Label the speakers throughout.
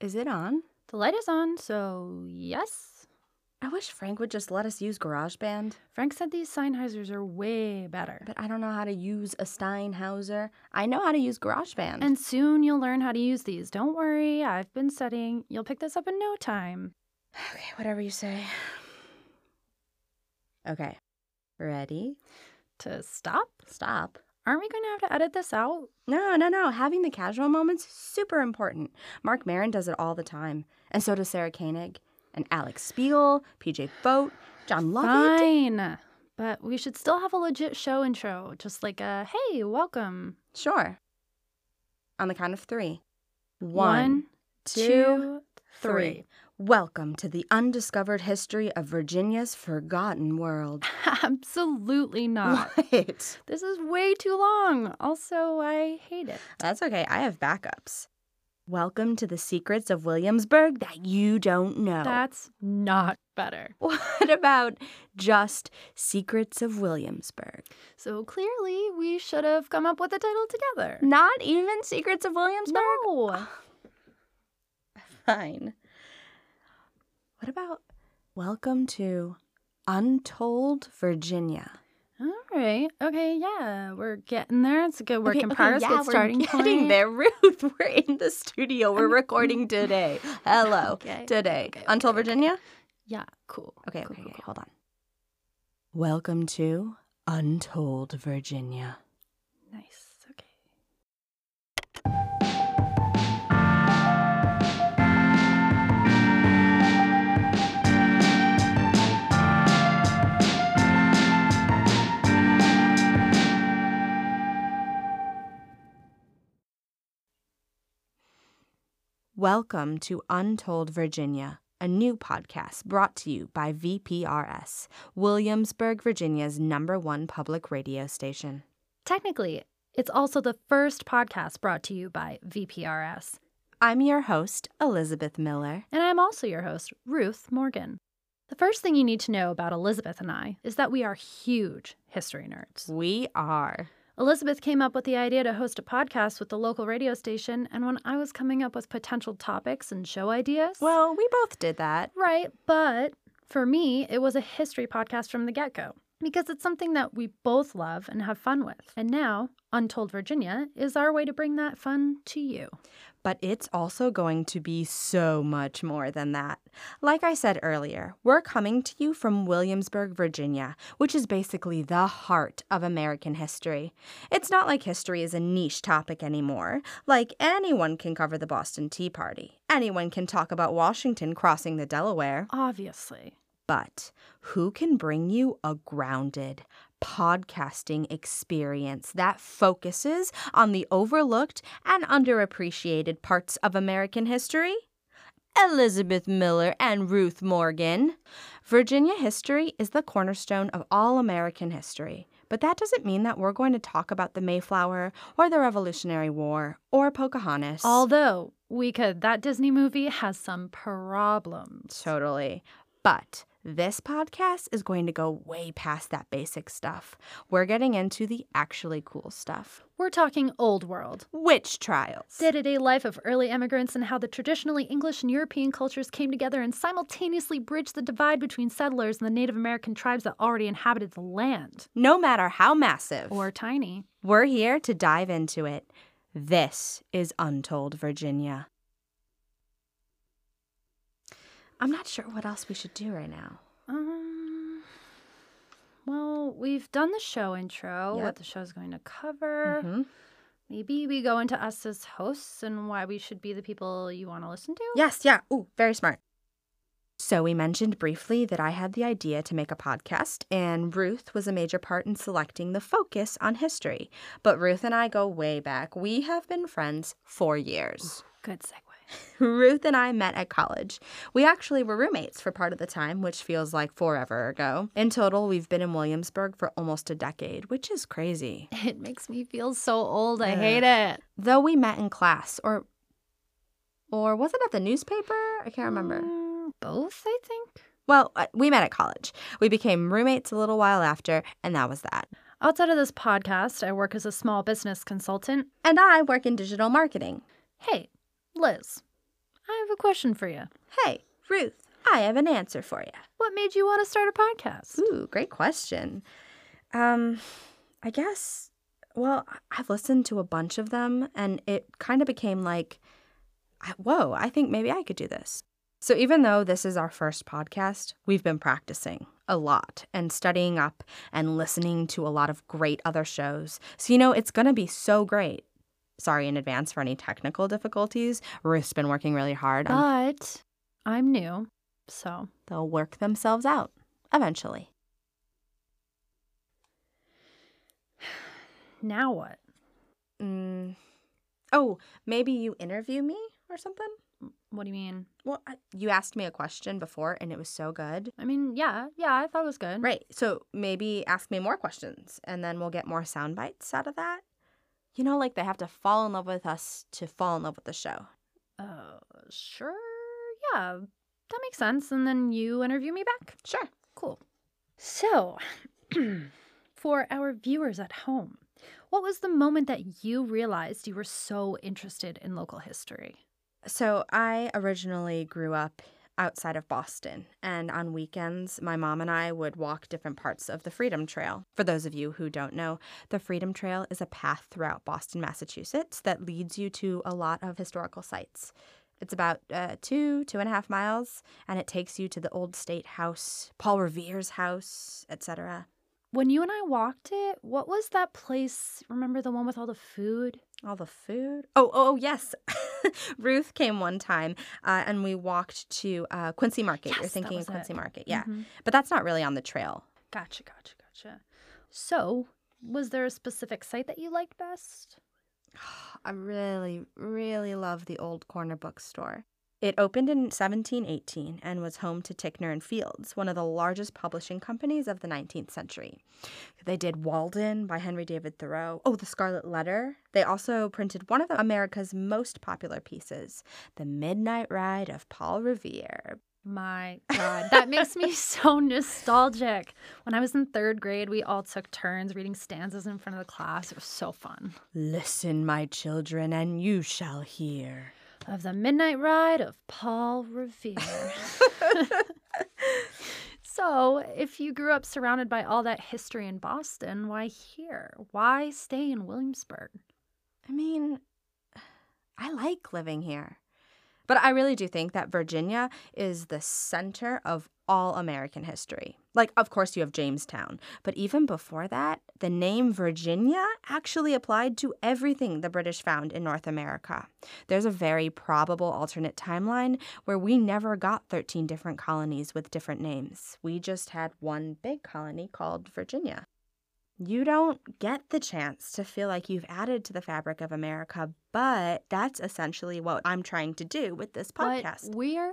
Speaker 1: Is it on?
Speaker 2: The light is on, so yes.
Speaker 1: I wish Frank would just let us use GarageBand,
Speaker 2: Frank said these Sennheisers are way better.
Speaker 1: but I don't know how to use a Steinhauser. I know how to use GarageBand.
Speaker 2: And soon you'll learn how to use these. Don't worry, I've been studying. You'll pick this up in no time.
Speaker 1: okay, whatever you say. Okay. Ready?
Speaker 2: To stop?
Speaker 1: Stop.
Speaker 2: Aren't we going to have to edit this out?
Speaker 1: No, no, no. Having the casual moments super important. Mark Marin does it all the time, and so does Sarah Koenig, and Alex Spiegel, PJ Boat, John Lovett.
Speaker 2: Fine. But we should still have a legit show intro, just like a hey, welcome.
Speaker 1: Sure. On the count of three.
Speaker 2: One,
Speaker 1: One,
Speaker 2: two,
Speaker 1: two,
Speaker 2: three.
Speaker 1: three. Welcome to the undiscovered history of Virginia's forgotten world.
Speaker 2: Absolutely
Speaker 1: Ah.
Speaker 2: not.
Speaker 1: What?
Speaker 2: This is way too long. Also, I hate it.
Speaker 1: That's okay. I have backups. Welcome to the secrets of Williamsburg that you don't know.
Speaker 2: That's not better.
Speaker 1: What about just Secrets of Williamsburg?
Speaker 2: So clearly, we should have come up with a title together.
Speaker 1: Not even Secrets of Williamsburg?
Speaker 2: No.
Speaker 1: Fine. What about Welcome to Untold Virginia?
Speaker 2: All right. Okay. Yeah, we're getting there. It's a good work
Speaker 1: Okay,
Speaker 2: in
Speaker 1: okay,
Speaker 2: progress.
Speaker 1: yeah,
Speaker 2: good
Speaker 1: we're
Speaker 2: starting
Speaker 1: getting
Speaker 2: point.
Speaker 1: there. Ruth, we're in the studio. We're
Speaker 2: I'm-
Speaker 1: recording today. Hello.
Speaker 2: Okay,
Speaker 1: Today.
Speaker 2: okay, okay,
Speaker 1: Untold
Speaker 2: okay.
Speaker 1: Virginia?
Speaker 2: Yeah. Cool.
Speaker 1: Okay,
Speaker 2: Cool,
Speaker 1: okay,
Speaker 2: cool,
Speaker 1: okay, hold on. Welcome to Untold Virginia.
Speaker 2: cool. Nice. Okay.
Speaker 1: Welcome to Untold Virginia, a new podcast brought to you by VPRS, Williamsburg, Virginia's number one public radio station.
Speaker 2: Technically, it's also the first podcast brought to you by VPRS,
Speaker 1: I'm your host, Elizabeth Miller.
Speaker 2: and I'm also your host, Ruth Morgan. The first thing you need to know about Elizabeth and I is that we are huge history nerds.
Speaker 1: We are.
Speaker 2: Elizabeth came up with the idea to host a podcast with the local radio station, and when I was coming up with potential topics and show ideas,
Speaker 1: Well, we both did that.
Speaker 2: Right, but for me, it was a history podcast from the get go because it's something that we both love and have fun with. And now, Untold Virginia is our way to bring that fun to you.
Speaker 1: But it's also going to be so much more than that. Like I said earlier, we're coming to you from Williamsburg, Virginia, which is basically the heart of American history. It's not like history is a niche topic anymore. Like anyone can cover the Boston Tea Party, anyone can talk about Washington crossing the Delaware.
Speaker 2: Obviously.
Speaker 1: But who can bring you a grounded podcasting experience that focuses on the overlooked and underappreciated parts of American history? Elizabeth Miller and Ruth Morgan. Virginia history is the cornerstone of all American history, but that doesn't mean that we're going to talk about the Mayflower or the Revolutionary War or Pocahontas.
Speaker 2: Although we could, that Disney movie has some problems.
Speaker 1: Totally. But this podcast is going to go way past that basic stuff. We're getting into the actually cool stuff
Speaker 2: We're talking old world.
Speaker 1: witch trials.
Speaker 2: Day to day life of early immigrants and how the traditionally English and European cultures came together and simultaneously bridged the divide between settlers and the Native American tribes that already inhabited the land.
Speaker 1: no matter how massive,
Speaker 2: Or tiny.
Speaker 1: we're here to dive into it. This is Untold Virginia. I'm not sure what else we should do right now.
Speaker 2: Um, well, we've done the show intro,
Speaker 1: Yep.
Speaker 2: what the show's going to cover.
Speaker 1: Mhm.
Speaker 2: Maybe we go into us as hosts and why we should be the people you want to listen to.
Speaker 1: Yes, yeah. Ooh, very smart. So we mentioned briefly that I had the idea to make a podcast, and Ruth was a major part in selecting the focus on history. But Ruth and I go way back. We have been friends for years.
Speaker 2: Good segue.
Speaker 1: Ruth and I met at college. We actually were roommates for part of the time, which feels like forever ago. In total, we've been in Williamsburg for almost a decade, which is crazy.
Speaker 2: It makes me feel so old. I
Speaker 1: Ugh.
Speaker 2: hate it.
Speaker 1: Though we met in class, or or was it at the newspaper? I can't remember.
Speaker 2: Mm, both, I think.
Speaker 1: Well, uh, we met at college. We became roommates a little while after, and that was that.
Speaker 2: Outside of this podcast, I work as a small business consultant.
Speaker 1: And I work in digital marketing.
Speaker 2: Hey, Liz, I have a question for you.
Speaker 1: Hey, Ruth, I have an answer for you.
Speaker 2: What made you want to start a podcast?
Speaker 1: Ooh, great question. Um, I guess, well, I- I've listened to a bunch of them and it kind of became like, I- whoa, I think maybe I could do this. So even though this is our first podcast, we've been practicing a lot and studying up and listening to a lot of great other shows. So, you know, it's going to be so great. Sorry in advance for any technical difficulties. Ruth's been working really hard.
Speaker 2: Uh,
Speaker 1: on
Speaker 2: But I'm new, so
Speaker 1: they'll work themselves out eventually.
Speaker 2: now what?
Speaker 1: Mm. Oh, maybe you interview me or something?
Speaker 2: What do you mean?
Speaker 1: Well, I, you asked me a question before and it was so good.
Speaker 2: I mean, yeah, yeah, I thought it was good.
Speaker 1: Right. So maybe ask me more questions and then we'll get more sound bites out of that. You know, like they have to fall in love with us to fall in love with the show.
Speaker 2: Uh, sure. Yeah, that makes sense. And then you interview me back.
Speaker 1: Sure.
Speaker 2: Cool. So, for our viewers at home, what was the moment that you realized you were so interested in local history?
Speaker 1: So I originally grew up outside of Boston, and on weekends, my mom and I would walk different parts of the Freedom Trail. For those of you who don't know, the Freedom Trail is a path throughout Boston, Massachusetts, that leads you to a lot of historical sites. It's about uh, two, two and a half miles, and it takes you to the old state house, Paul Revere's house, etc.
Speaker 2: When you and I walked it, what was that place? Remember the one with all the food?
Speaker 1: All the food. Oh, oh, oh, yes. Ruth came one time, uh, and we walked to uh, Quincy Market.
Speaker 2: Yes,
Speaker 1: You're
Speaker 2: that
Speaker 1: thinking
Speaker 2: was
Speaker 1: of
Speaker 2: it.
Speaker 1: Quincy Market, yeah.
Speaker 2: Mhm.
Speaker 1: But that's not really on the trail.
Speaker 2: Gotcha, gotcha, gotcha. So, was there a specific site that you liked best?
Speaker 1: I really, really love the old corner bookstore. It opened in 1718 and was home to Ticknor and Fields, one of the largest publishing companies of the 19th century. They did Walden by Henry David Thoreau. Oh, The Scarlet Letter. They also printed one of America's most popular pieces, The Midnight Ride of Paul Revere.
Speaker 2: My God, that makes me so nostalgic. When I was in third grade, we all took turns reading stanzas in front of the class. It was so fun.
Speaker 1: Listen, my children, and you shall hear.
Speaker 2: Of the Midnight Ride of Paul Revere. so, if you grew up surrounded by all that history in Boston, why here? Why stay in Williamsburg?
Speaker 1: I mean, I like living here. But I really do think that Virginia is the center of all American history. Like, of course, you have Jamestown, but even before that, the name Virginia actually applied to everything the British found in North America. There's a very probable alternate timeline where we never got 13 different colonies with different names. We just had one big colony called Virginia. You don't get the chance to feel like you've added to the fabric of America, but that's essentially what I'm trying to do with this podcast.
Speaker 2: What we're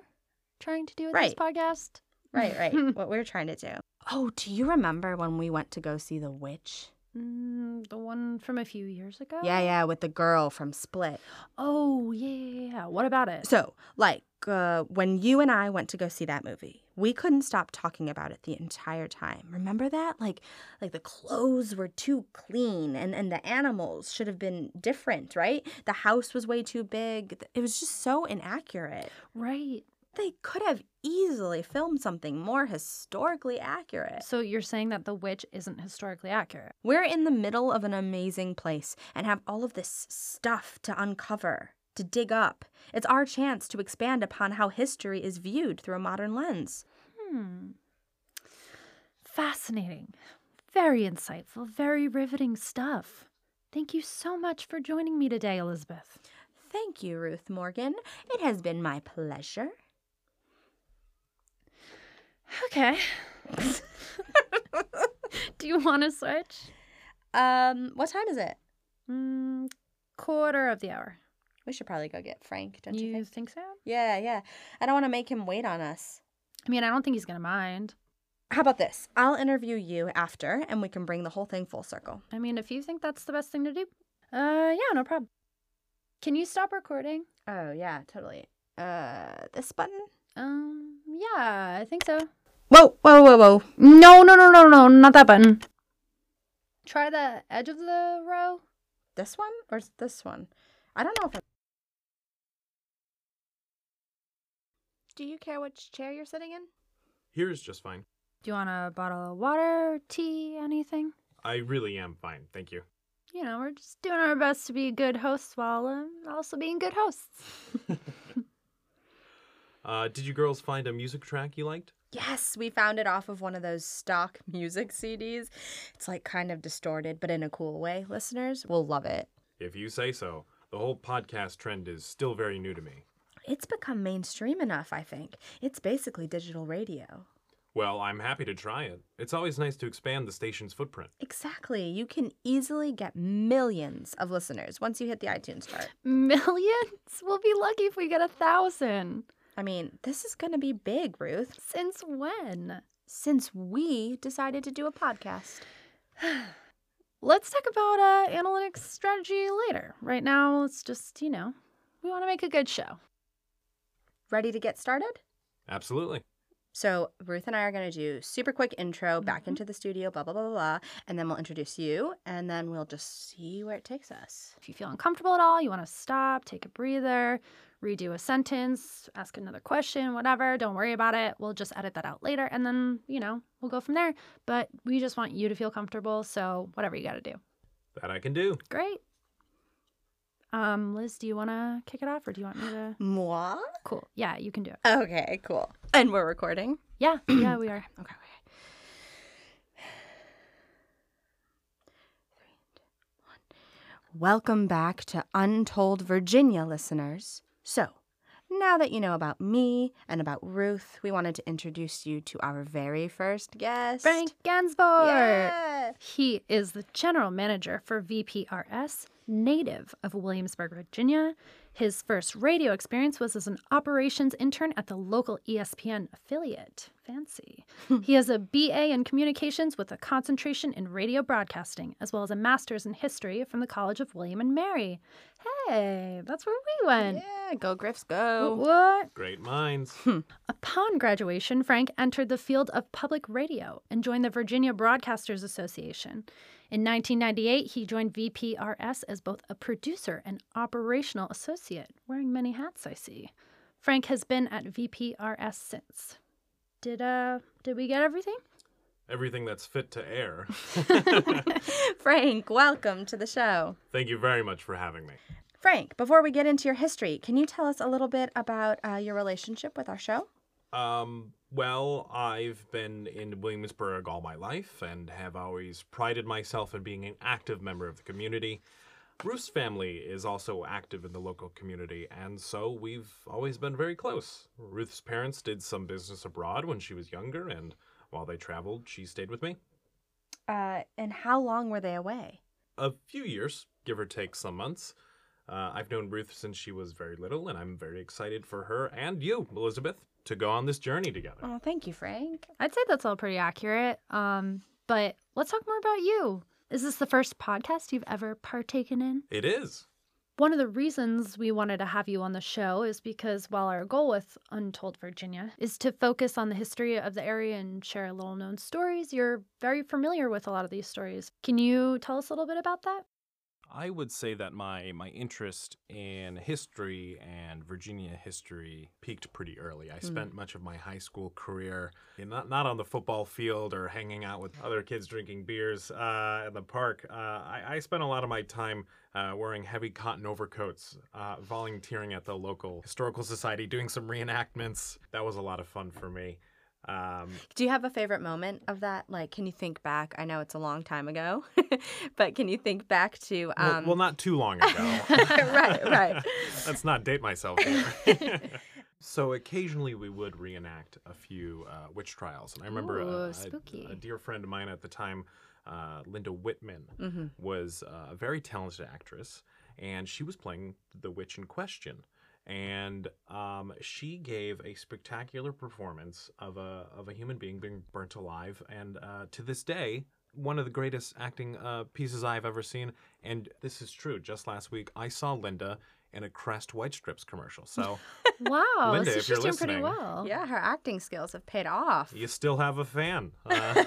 Speaker 2: trying to do with this
Speaker 1: Right.
Speaker 2: podcast?
Speaker 1: Right, right. what we're trying to do. Oh, do you remember when we went to go see The Witch?
Speaker 2: Mm, the one from a few years ago?
Speaker 1: Yeah, yeah, with the girl from Split.
Speaker 2: Oh, yeah, yeah, yeah. What about it?
Speaker 1: So, like, uh, when you and I went to go see that movie, we couldn't stop talking about it the entire time. Remember that? Like, like the clothes were too clean, and and the animals should have been different, right? The house was way too big. It was just so inaccurate.
Speaker 2: right.
Speaker 1: They could have easily filmed something more historically accurate.
Speaker 2: So you're saying that The Witch isn't historically accurate?
Speaker 1: We're in the middle of an amazing place and have all of this stuff to uncover, to dig up. It's our chance to expand upon how history is viewed through a modern lens.
Speaker 2: Hmm. Fascinating. Very insightful, very riveting stuff. Thank you so much for joining me today, Elizabeth.
Speaker 1: Thank you, Ruth Morgan. It has been my pleasure.
Speaker 2: Okay. Do you want to switch?
Speaker 1: Um, what time is it?
Speaker 2: Mm, quarter of the hour.
Speaker 1: We should probably go get Frank, don't
Speaker 2: you
Speaker 1: you, think?
Speaker 2: think so?
Speaker 1: Yeah, yeah. I don't want to make him wait on us.
Speaker 2: I mean, I don't think he's going to mind.
Speaker 1: How about this? I'll interview you after and we can bring the whole thing full circle.
Speaker 2: I mean, if you think that's the best thing to do, uh, yeah, no problem. Can you stop recording?
Speaker 1: Oh, yeah, totally. Uh, this button?
Speaker 2: Um, yeah, I think so.
Speaker 1: Whoa, whoa, whoa, whoa.
Speaker 2: No, no, no, no, no, not that button. Try the edge of the row.
Speaker 1: This one or this one? I don't know if Do you care which chair you're sitting in?
Speaker 3: Here is just fine.
Speaker 2: Do you want a bottle of water, tea, anything?
Speaker 3: I really am fine, thank you.
Speaker 2: You know, we're just doing our best to be good hosts while um, also being good hosts.
Speaker 3: Uh, did you girls find a music track you liked?
Speaker 1: Yes, we found it off of one of those stock music CDs. It's like kind of distorted, but in a cool way. Listeners will love it.
Speaker 3: If you say so. The whole podcast trend is still very new to me.
Speaker 1: It's become mainstream enough, I think. It's basically digital radio.
Speaker 3: Well, I'm happy to try it. It's always nice to expand the station's footprint.
Speaker 1: Exactly. You can easily get millions of listeners once you hit the iTunes chart.
Speaker 2: Millions? We'll be lucky if we get a thousand.
Speaker 1: I mean, this is going to be big, Ruth,
Speaker 2: Since when?
Speaker 1: since we decided to do a podcast.
Speaker 2: Let's talk about uh, analytics strategy later. Right now, it's just, you know, we want to make a good show.
Speaker 1: Ready to get started?
Speaker 3: Absolutely.
Speaker 1: So, Ruth and I are going to do super quick intro back
Speaker 2: Mhm.
Speaker 1: into the studio, blah, blah, blah, blah, blah, and then we'll introduce you, and then we'll just see where it takes us.
Speaker 2: If you feel uncomfortable at all, you want to stop, take a breather, redo a sentence, ask another question, whatever. Don't worry about it. We'll just edit that out later and then, you know, we'll go from there. But we just want you to feel comfortable. So, whatever you got to do.
Speaker 3: That I can do.
Speaker 2: Great. Um, Liz, do you want to kick it off or do you want me to?
Speaker 1: Moi?
Speaker 2: Cool. Yeah, you can do it.
Speaker 1: Okay, cool. And we're recording.
Speaker 2: Yeah, yeah, we are.
Speaker 1: Okay, okay. Welcome back to Untold Virginia listeners. So, now that you know about me and about Ruth, we wanted to introduce you to our very first guest.
Speaker 2: Frank Gansborg.
Speaker 1: Yeah.
Speaker 2: He is the general manager for VPRS, native of Williamsburg, Virginia. His first radio experience was as an operations intern at the local E ESPN affiliate. Fancy. he has a BA in communications with a concentration in radio broadcasting, as well as a master's in history from the College of William and Mary. Hey, that's where we went.
Speaker 1: Yeah, go Griffs, go.
Speaker 2: Wh- What?
Speaker 3: Great minds.
Speaker 2: Upon graduation, Frank entered the field of public radio and joined the Virginia Broadcasters Association. In 1998, he joined VPRS as both a producer and operational associate, wearing many hats, I see. Frank has been at VPRS since. Did uh did we get everything?
Speaker 3: Everything that's fit to air.
Speaker 1: Frank, welcome to the show.
Speaker 3: Thank you very much for having me.
Speaker 1: Frank, before we get into your history, can you tell us a little bit about uh, your relationship with our show?
Speaker 3: Um, well, I've been in Williamsburg all my life and have always prided myself in being an active member of the community. Roof's family is also active in the local community, and so we've always been very close. Ruth's parents did some business abroad when she was younger, and while they traveled, she stayed with me.
Speaker 1: Uh, and how long were they away?
Speaker 3: A few years, give or take some months. Uh, I've known Ruth since she was very little, and I'm very excited for her and you, Elizabeth, to go on this journey together.
Speaker 1: Oh, thank you, Frank.
Speaker 2: I'd say that's all pretty accurate. Um, but let's talk more about you. Is this the first podcast you've ever partaken in?
Speaker 3: It is.
Speaker 2: One of the reasons we wanted to have you on the show is because while our goal with Untold Virginia is to focus on the history of the area and share little known stories, you're very familiar with a lot of these stories. Can you tell us a little bit about that?
Speaker 3: I would say that my my interest in history and Virginia history peaked pretty early. I
Speaker 1: Hmm.
Speaker 3: spent much of my high school career in, not not on the football field or hanging out with other kids drinking beers uh, in the park. Uh, I, I spent a lot of my time uh, wearing heavy cotton overcoats, uh, volunteering at the local historical society, doing some reenactments. That was a lot of fun for me. Um,
Speaker 1: Do you have a favorite moment of that? Like, can you think back? I know it's a long time ago, but can you think back to.
Speaker 3: well-
Speaker 1: Um,
Speaker 3: well, not too long ago.
Speaker 1: Right, right.
Speaker 3: Let's not date myself here. so occasionally we would reenact a few uh, witch trials, and I remember a-
Speaker 2: Ooh,
Speaker 3: a,
Speaker 2: spooky.
Speaker 3: a dear friend of mine at the time, uh, Linda Whitman,
Speaker 1: Mhm.
Speaker 3: was uh, a very talented actress, and she was playing the witch in question. And um, she gave a spectacular performance of a of a human being being burnt alive, and uh, to this day, one of the greatest acting uh, pieces I've ever seen. And this is true. Just last week, I saw Linda in a Crest White Strips commercial. So
Speaker 2: Wow,
Speaker 3: Linda,
Speaker 2: so
Speaker 3: if
Speaker 2: she's
Speaker 3: you're
Speaker 2: doing pretty
Speaker 1: Oh.
Speaker 3: listening.
Speaker 2: well.
Speaker 1: Yeah, her acting skills have paid off.
Speaker 3: you still have a fan. Uh,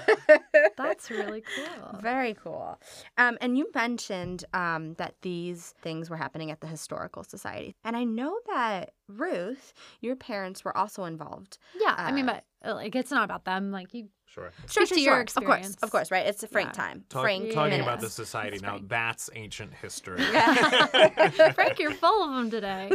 Speaker 2: That's really cool.
Speaker 1: Very cool. Um, and you mentioned um, that these things were happening at the Historical Society. And I know that, Ruth, your parents were also involved.
Speaker 2: Yeah, I mean,
Speaker 1: Uh,
Speaker 2: but uh, like it's not about them. Like you,
Speaker 3: Sure.
Speaker 1: Sure,
Speaker 2: Speak to your
Speaker 1: Of course,
Speaker 2: experience.
Speaker 1: of course, right? It's a Frank
Speaker 2: Yeah.
Speaker 1: time.
Speaker 3: Talk,
Speaker 1: Frank
Speaker 3: talking
Speaker 1: minutes.
Speaker 3: about the
Speaker 2: Yes.
Speaker 3: society
Speaker 2: That's
Speaker 3: now,
Speaker 2: great.
Speaker 3: that's ancient history.
Speaker 1: Yeah.
Speaker 2: Frank, you're full of them today.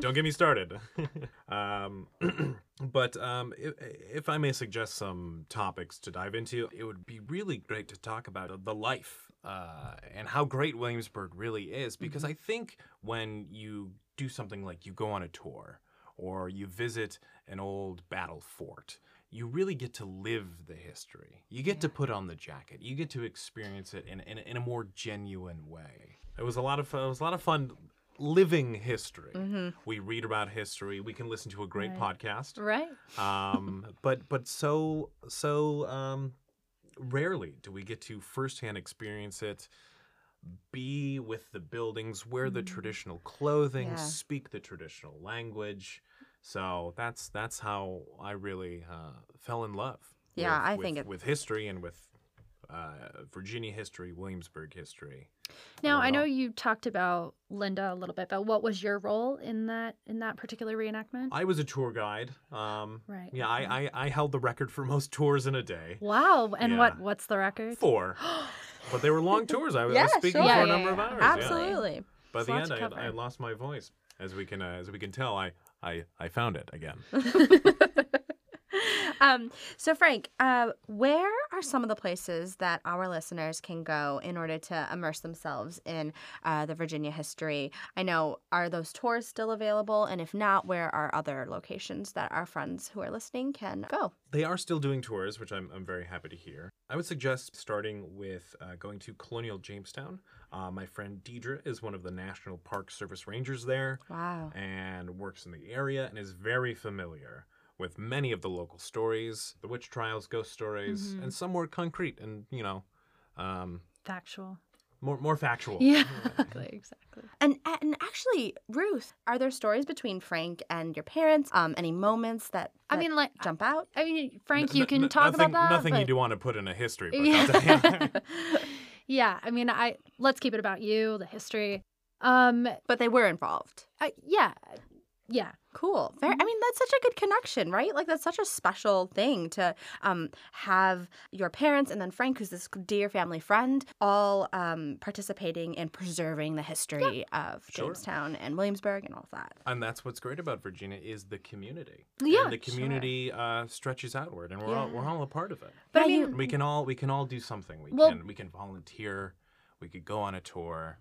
Speaker 3: Don't get me started. um, but um, if, if I may suggest some topics to dive into, it would be really great to talk about the life uh, and how great Williamsburg really is. Because I think when you do something like you go on a tour or you visit an old battle fort, you really get to live the history. You get to put on the jacket. You get to experience it in, in, in a more genuine way. It was a lot of fun. It was a lot of fun living history.
Speaker 1: Mm-hmm.
Speaker 3: We read about history. We can listen to a great podcast.
Speaker 2: right?
Speaker 3: Um, but but so so um, rarely do we get to firsthand experience it. Be with the buildings, wear the traditional clothing,
Speaker 1: Mm. Yeah.
Speaker 3: speak the traditional language. So that's that's how I really uh, fell in love.
Speaker 1: Yeah,
Speaker 3: with-
Speaker 1: I
Speaker 3: with-
Speaker 1: think it-
Speaker 3: with history and with uh, Virginia history, Williamsburg history.
Speaker 2: Now
Speaker 3: Not
Speaker 2: I
Speaker 3: at
Speaker 2: know
Speaker 3: all.
Speaker 2: you talked about Linda a little bit, but what was your role in that in that particular reenactment?
Speaker 3: I was a tour guide. Um,
Speaker 2: Right,
Speaker 3: Yeah, I, I I held the record for most tours in a day.
Speaker 2: wow, and
Speaker 3: Yeah.
Speaker 2: what what's the record?
Speaker 3: Four. But they were long tours. I was, I
Speaker 1: Yeah,
Speaker 3: was speaking
Speaker 1: sure.
Speaker 3: for
Speaker 2: Yeah,
Speaker 3: a
Speaker 2: yeah,
Speaker 3: number of
Speaker 2: yeah.
Speaker 3: hours. yeah.
Speaker 1: Absolutely.
Speaker 3: By the
Speaker 2: Lots
Speaker 3: end,
Speaker 2: to
Speaker 3: I, I
Speaker 2: cover.
Speaker 3: lost my voice. As we can uh, as we can tell, I, I I found it again.
Speaker 1: um, so, Frank, uh, where are some of the places that our listeners can go in order to immerse themselves in uh, the Virginia history? I know, are those tours still available? And if not, where are other locations that our friends who are listening can go?
Speaker 3: They are still doing tours, which I'm, I'm very happy to hear. I would suggest starting with uh, going to Colonial Jamestown. Uh, my friend Deidre is one of the National Park Service rangers there.
Speaker 1: Wow.
Speaker 3: and works in the area and is very familiar with many of the local stories, the witch trials, ghost stories,
Speaker 1: Mm-hmm.
Speaker 3: and some more concrete and you know, um,
Speaker 2: Factual.
Speaker 3: more more factual.
Speaker 2: Yeah, exactly, exactly.
Speaker 1: And, and actually, Ruth, are there stories between Frank and your parents? Um, any moments that,
Speaker 2: I
Speaker 1: that
Speaker 2: mean, like,
Speaker 1: jump out?
Speaker 2: I mean, Frank,
Speaker 3: N-
Speaker 2: you
Speaker 3: n-
Speaker 2: can
Speaker 3: n-
Speaker 2: talk
Speaker 3: nothing,
Speaker 2: about that.
Speaker 3: Nothing
Speaker 2: but...
Speaker 3: you do want to put in a history book. I'll tell you.
Speaker 2: Yeah. yeah, I mean, I let's keep it about you, the history. Um,
Speaker 1: But they were involved.
Speaker 2: I, yeah, yeah,
Speaker 1: Cool. Very,
Speaker 3: Mm-hmm.
Speaker 1: I mean, that's such a good connection, right? Like, that's such a special thing to um, have your parents and then Frank, who's this dear family friend, all um, participating in preserving the history of
Speaker 3: Sure.
Speaker 1: Jamestown and Williamsburg and all of that.
Speaker 3: And that's what's great about Virginia is the community.
Speaker 2: Yeah,
Speaker 3: and the
Speaker 2: sure.
Speaker 3: community uh, stretches outward, and we're all we're all a part of it.
Speaker 2: but I
Speaker 1: Now you-
Speaker 2: mean,
Speaker 3: We can all we can all do something. We
Speaker 2: Mm-hmm. Well-
Speaker 3: can we can volunteer. We could go on a tour.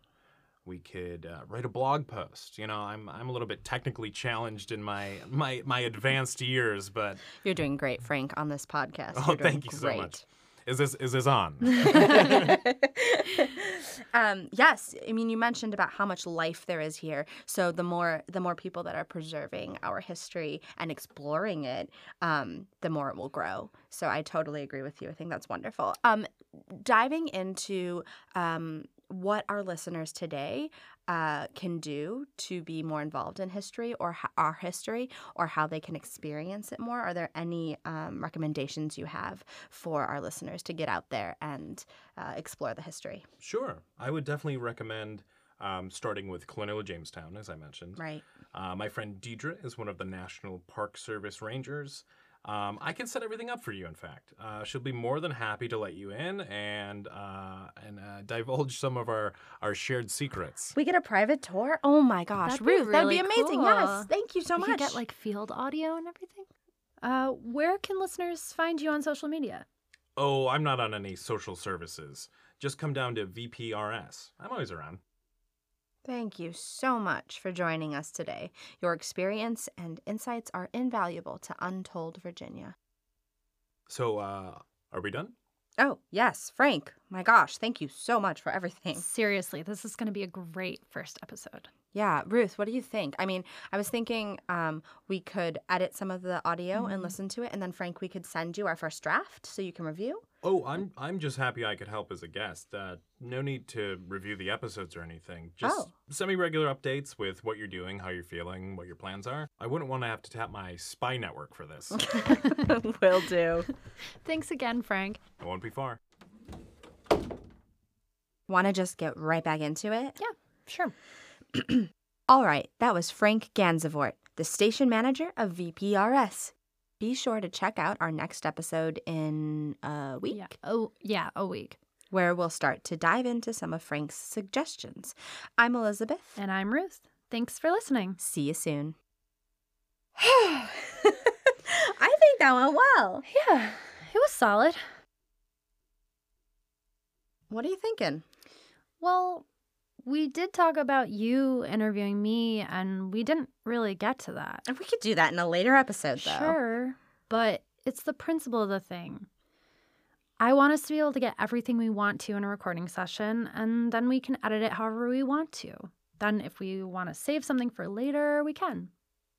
Speaker 3: We could uh, write a blog post. You know, I'm I'm a little bit technically challenged in my my my advanced years, but
Speaker 1: You're doing great, Frank, on this podcast.
Speaker 3: oh,
Speaker 1: You're doing
Speaker 3: thank you so
Speaker 1: great.
Speaker 3: much. Is this is this on?
Speaker 1: um, yes, I mean you mentioned about how much life there is here. So the more the more people that are preserving our history and exploring it, um, the more it will grow. So I totally agree with you. I think that's wonderful. Um, diving into um, what our listeners today uh, can do to be more involved in history or ho- our history or how they can experience it more? Are there any um, recommendations you have for our listeners to get out there and uh, explore the history?
Speaker 3: sure, I would definitely recommend um, starting with Colonial Jamestown, as I mentioned.
Speaker 1: Right.
Speaker 3: Uh, my friend Deidre is one of the National Park Service Rangers. Um, I can set everything up for you. In fact, uh, she'll be more than happy to let you in and uh, and uh, divulge some of our our shared secrets.
Speaker 1: We get a private tour? Oh my gosh,
Speaker 2: That'd be
Speaker 1: Ruth, that'd be
Speaker 2: really
Speaker 1: amazing.
Speaker 2: cool.
Speaker 1: Yes. Thank you so
Speaker 2: we
Speaker 1: much.
Speaker 2: could get like field audio and everything. Uh, where can listeners find you on social media?
Speaker 3: Oh, I'm not on any social services. Just come down to VPRS. I'm always around.
Speaker 1: Thank you so much for joining us today. Your experience and insights are invaluable to Untold Virginia.
Speaker 3: So, uh, are we done?
Speaker 1: Oh, yes, Frank. My gosh, thank you so much for everything.
Speaker 2: Seriously, this is going to be a great first episode.
Speaker 1: Yeah, Ruth, what do you think? I mean, I was thinking um, we could edit some of the audio and
Speaker 2: Mhm.
Speaker 1: listen to it, and then Frank, we could send you our first draft so you can review.
Speaker 3: Oh, I'm I'm just happy I could help as a guest. Uh, no need to review the episodes or anything. Just
Speaker 1: Oh.
Speaker 3: semi-regular updates with what you're doing, how you're feeling, what your plans are. I wouldn't want to have to tap my spy network for this.
Speaker 1: Will do.
Speaker 2: Thanks again, Frank.
Speaker 3: I won't be far.
Speaker 1: Want to just get right back into it?
Speaker 2: Yeah, sure.
Speaker 1: All right, that was Frank Gansevoort, the station manager of VPRS. Be sure to check out our next episode in a week,
Speaker 2: Yeah. Oh, yeah, a week.
Speaker 1: where we'll start to dive into some of Frank's suggestions. I'm Elizabeth.
Speaker 2: And I'm Ruth. Thanks for listening.
Speaker 1: See you soon. I think that went well.
Speaker 2: Yeah, it was solid.
Speaker 1: What are you thinking?
Speaker 2: Well, we did talk about you interviewing me, and we didn't really get to that.
Speaker 1: We could do that in a later episode, though.
Speaker 2: Sure, but it's the principle of the thing. I want us to be able to get everything we want to in a recording session, and then we can edit it however we want to. Then, if we want to save something for later, we can.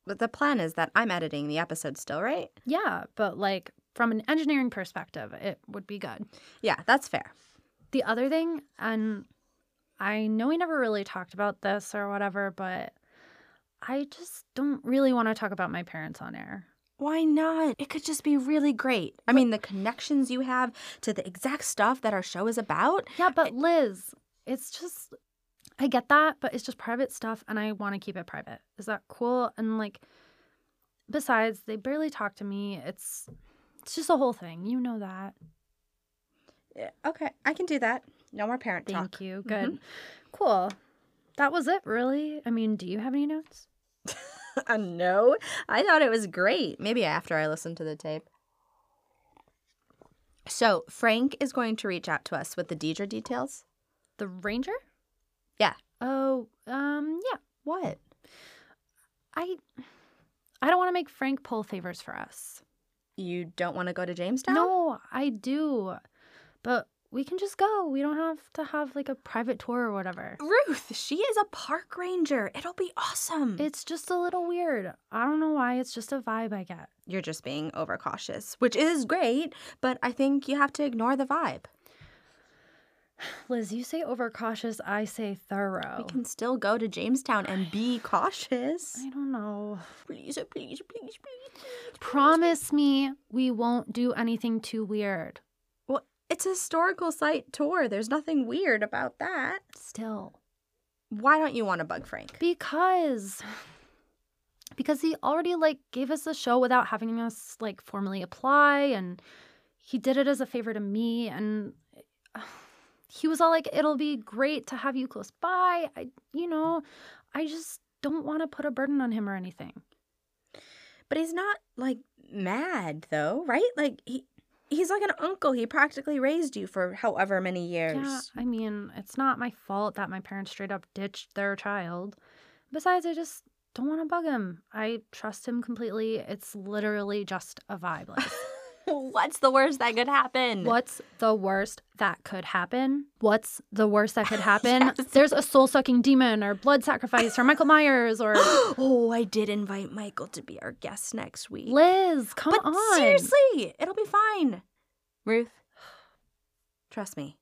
Speaker 1: But the plan is that I'm editing the episode still, right?
Speaker 2: Yeah, but like from an engineering perspective, it would be good.
Speaker 1: Yeah, that's fair.
Speaker 2: The other thing, and I know we never really talked about this or whatever, but I just don't really want to talk about my parents on air.
Speaker 1: Why not? It could just be really great. I mean, the connections you have to the exact stuff that our show is about.
Speaker 2: Yeah, but Liz, it's just, I get that, but it's just private stuff and I want to keep it private. Is that cool? And like, besides, they barely talk to me. It's, it's just a whole thing. You know that.
Speaker 1: Yeah, Okay, I can do that. No more parent
Speaker 2: Thank
Speaker 1: talk.
Speaker 2: you. Good.
Speaker 1: Mhm.
Speaker 2: Cool. That was it, really. I mean, do you have any notes?
Speaker 1: Uh, no, I thought it was great. Maybe after I listen to the tape. So, Frank is going to reach out to us with the Deidre details.
Speaker 2: The Ranger?
Speaker 1: Yeah.
Speaker 2: Oh, um, yeah.
Speaker 1: What?
Speaker 2: I I don't want to make Frank pull favors for us.
Speaker 1: You don't want to go to Jamestown?
Speaker 2: No, I do. But we can just go. We don't have to have like a private tour or whatever.
Speaker 1: Ruth, she is a park ranger. It'll be awesome.
Speaker 2: It's just a little weird. I don't know why. It's just a vibe I get.
Speaker 1: You're just being overcautious, which is great, but I think you have to ignore the vibe.
Speaker 2: Liz, you say overcautious. I say
Speaker 1: We
Speaker 2: thorough.
Speaker 1: can still go to Jamestown and be cautious.
Speaker 2: I don't know.
Speaker 1: Please, uh, please, please, please, please.
Speaker 2: Promise me we won't do anything too weird.
Speaker 1: Well, it's a historical site tour. There's nothing weird about that.
Speaker 2: Still.
Speaker 1: Why don't you want to bug Frank?
Speaker 2: Because because he already like gave us the show without having us like formally apply and he did it as a favor to me and uh, he was all like it'll be great to have you close by. I you know, I just don't want to put a burden on him or anything.
Speaker 1: But he's not like mad though, right? Like he he's like an uncle. He practically raised you for however many years.
Speaker 2: Yeah, I mean, it's not my fault that my parents straight up ditched their child. Besides, I just don't want to bug him. I trust him completely. It's literally just a vibe. Like
Speaker 1: What's the worst that could happen?
Speaker 2: What's the worst that could happen? What's the worst that could happen?
Speaker 1: Yes.
Speaker 2: There's a soul sucking demon or blood sacrifice or Michael Myers or
Speaker 1: oh, I did invite Michael to be our guest next week.
Speaker 2: Liz. Come
Speaker 1: but
Speaker 2: on.
Speaker 1: seriously, it'll be fine. Ruth, trust me.